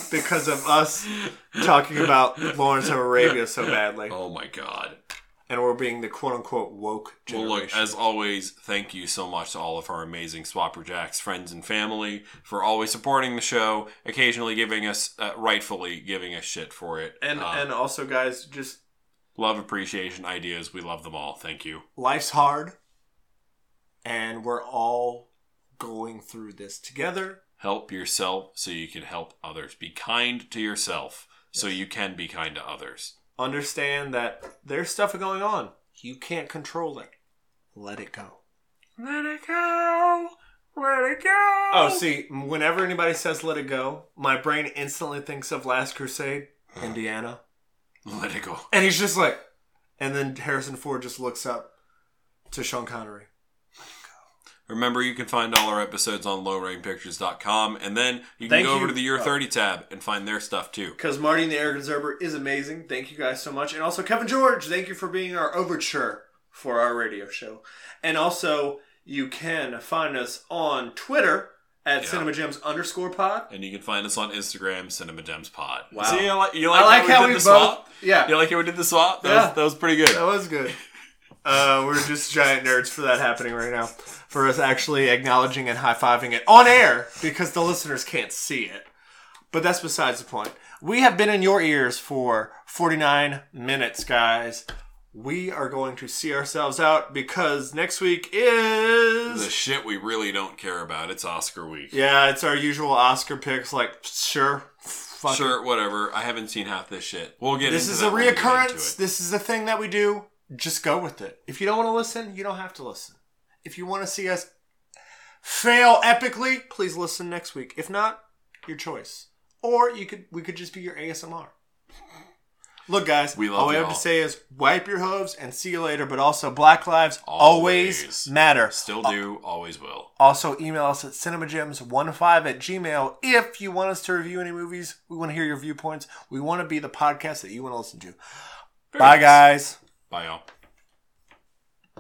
C: because of us talking about Lawrence of Arabia so badly,
B: Oh my god.
C: and we're being the quote unquote woke
B: Well,
C: generation.
B: look, as always, thank you so much to all of our amazing Swapper Jacks friends and family for always supporting the show, occasionally giving us, uh, rightfully giving us shit for it.
C: and
B: Uh,
C: and also, guys, just
B: love, appreciation, ideas. We love them all. Thank you.
C: life's hard, and we're all going through this together.
B: Help yourself so you can help others. Be kind to yourself so you can be kind to others.
C: understand that there's stuff going on. You can't control it. Let it go.
B: Let it go. Let it go.
C: Oh, see, whenever anybody says let it go, my brain instantly thinks of Last Crusade, Indiana.
B: Let it go.
C: And he's just like, and then Harrison Ford just looks up to Sean Connery.
B: Remember, you can find all our episodes on lowrainpictures.com, and then you can
C: Thank
B: go over
C: you.
B: to the Year
C: Oh.
B: 30 tab and find their stuff too.
C: Because Marty and the Arrogant Observer is amazing. Thank you guys so much. And also, Kevin George, thank you for being our overture for our radio show. And also, you can find us on Twitter at
B: Yeah.
C: cinemagems underscore pod.
B: And you can find us on Instagram, Cinema Gems Pod.
C: Wow.
B: See, you like, you
C: I like how
B: did
C: we both.
B: the swap?
C: Yeah,
B: You like how we did the swap? That,
C: Yeah.
B: was, that was pretty good.
C: that was good. Uh, we're just giant nerds for that happening right now. For us actually acknowledging and high fiving it on air because the listeners can't see it. But that's besides the point. We have been in your ears for 49 minutes, guys. We are going to see ourselves out because next week
B: The
C: is.
B: shit we really don't care about. It's Oscar week.
C: Yeah, it's our usual Oscar picks. Like, sure. Fuck it.
B: Sure, whatever. I haven't seen half this shit. We'll get
C: This
B: into
C: is a
B: that when we get into
C: reoccurrence.
B: it.
C: This is a thing that we do. Just go with it. If you don't want to listen, you don't have to listen. If you want to see us fail epically, please listen next week. If not, your choice. Or you could we could just be your ASMR. Look, guys,
B: We love
C: all we
B: y'all.
C: have to say is wipe your hooves and see you later. But also, black lives always,
B: Always.
C: matter.
B: Still do, always will.
C: Also, email us at cinemagems15 at gmail if you want us to review any movies. We want to hear your viewpoints. We want to be the podcast that you want to listen to. Bye, guys.
B: Bye, y'all.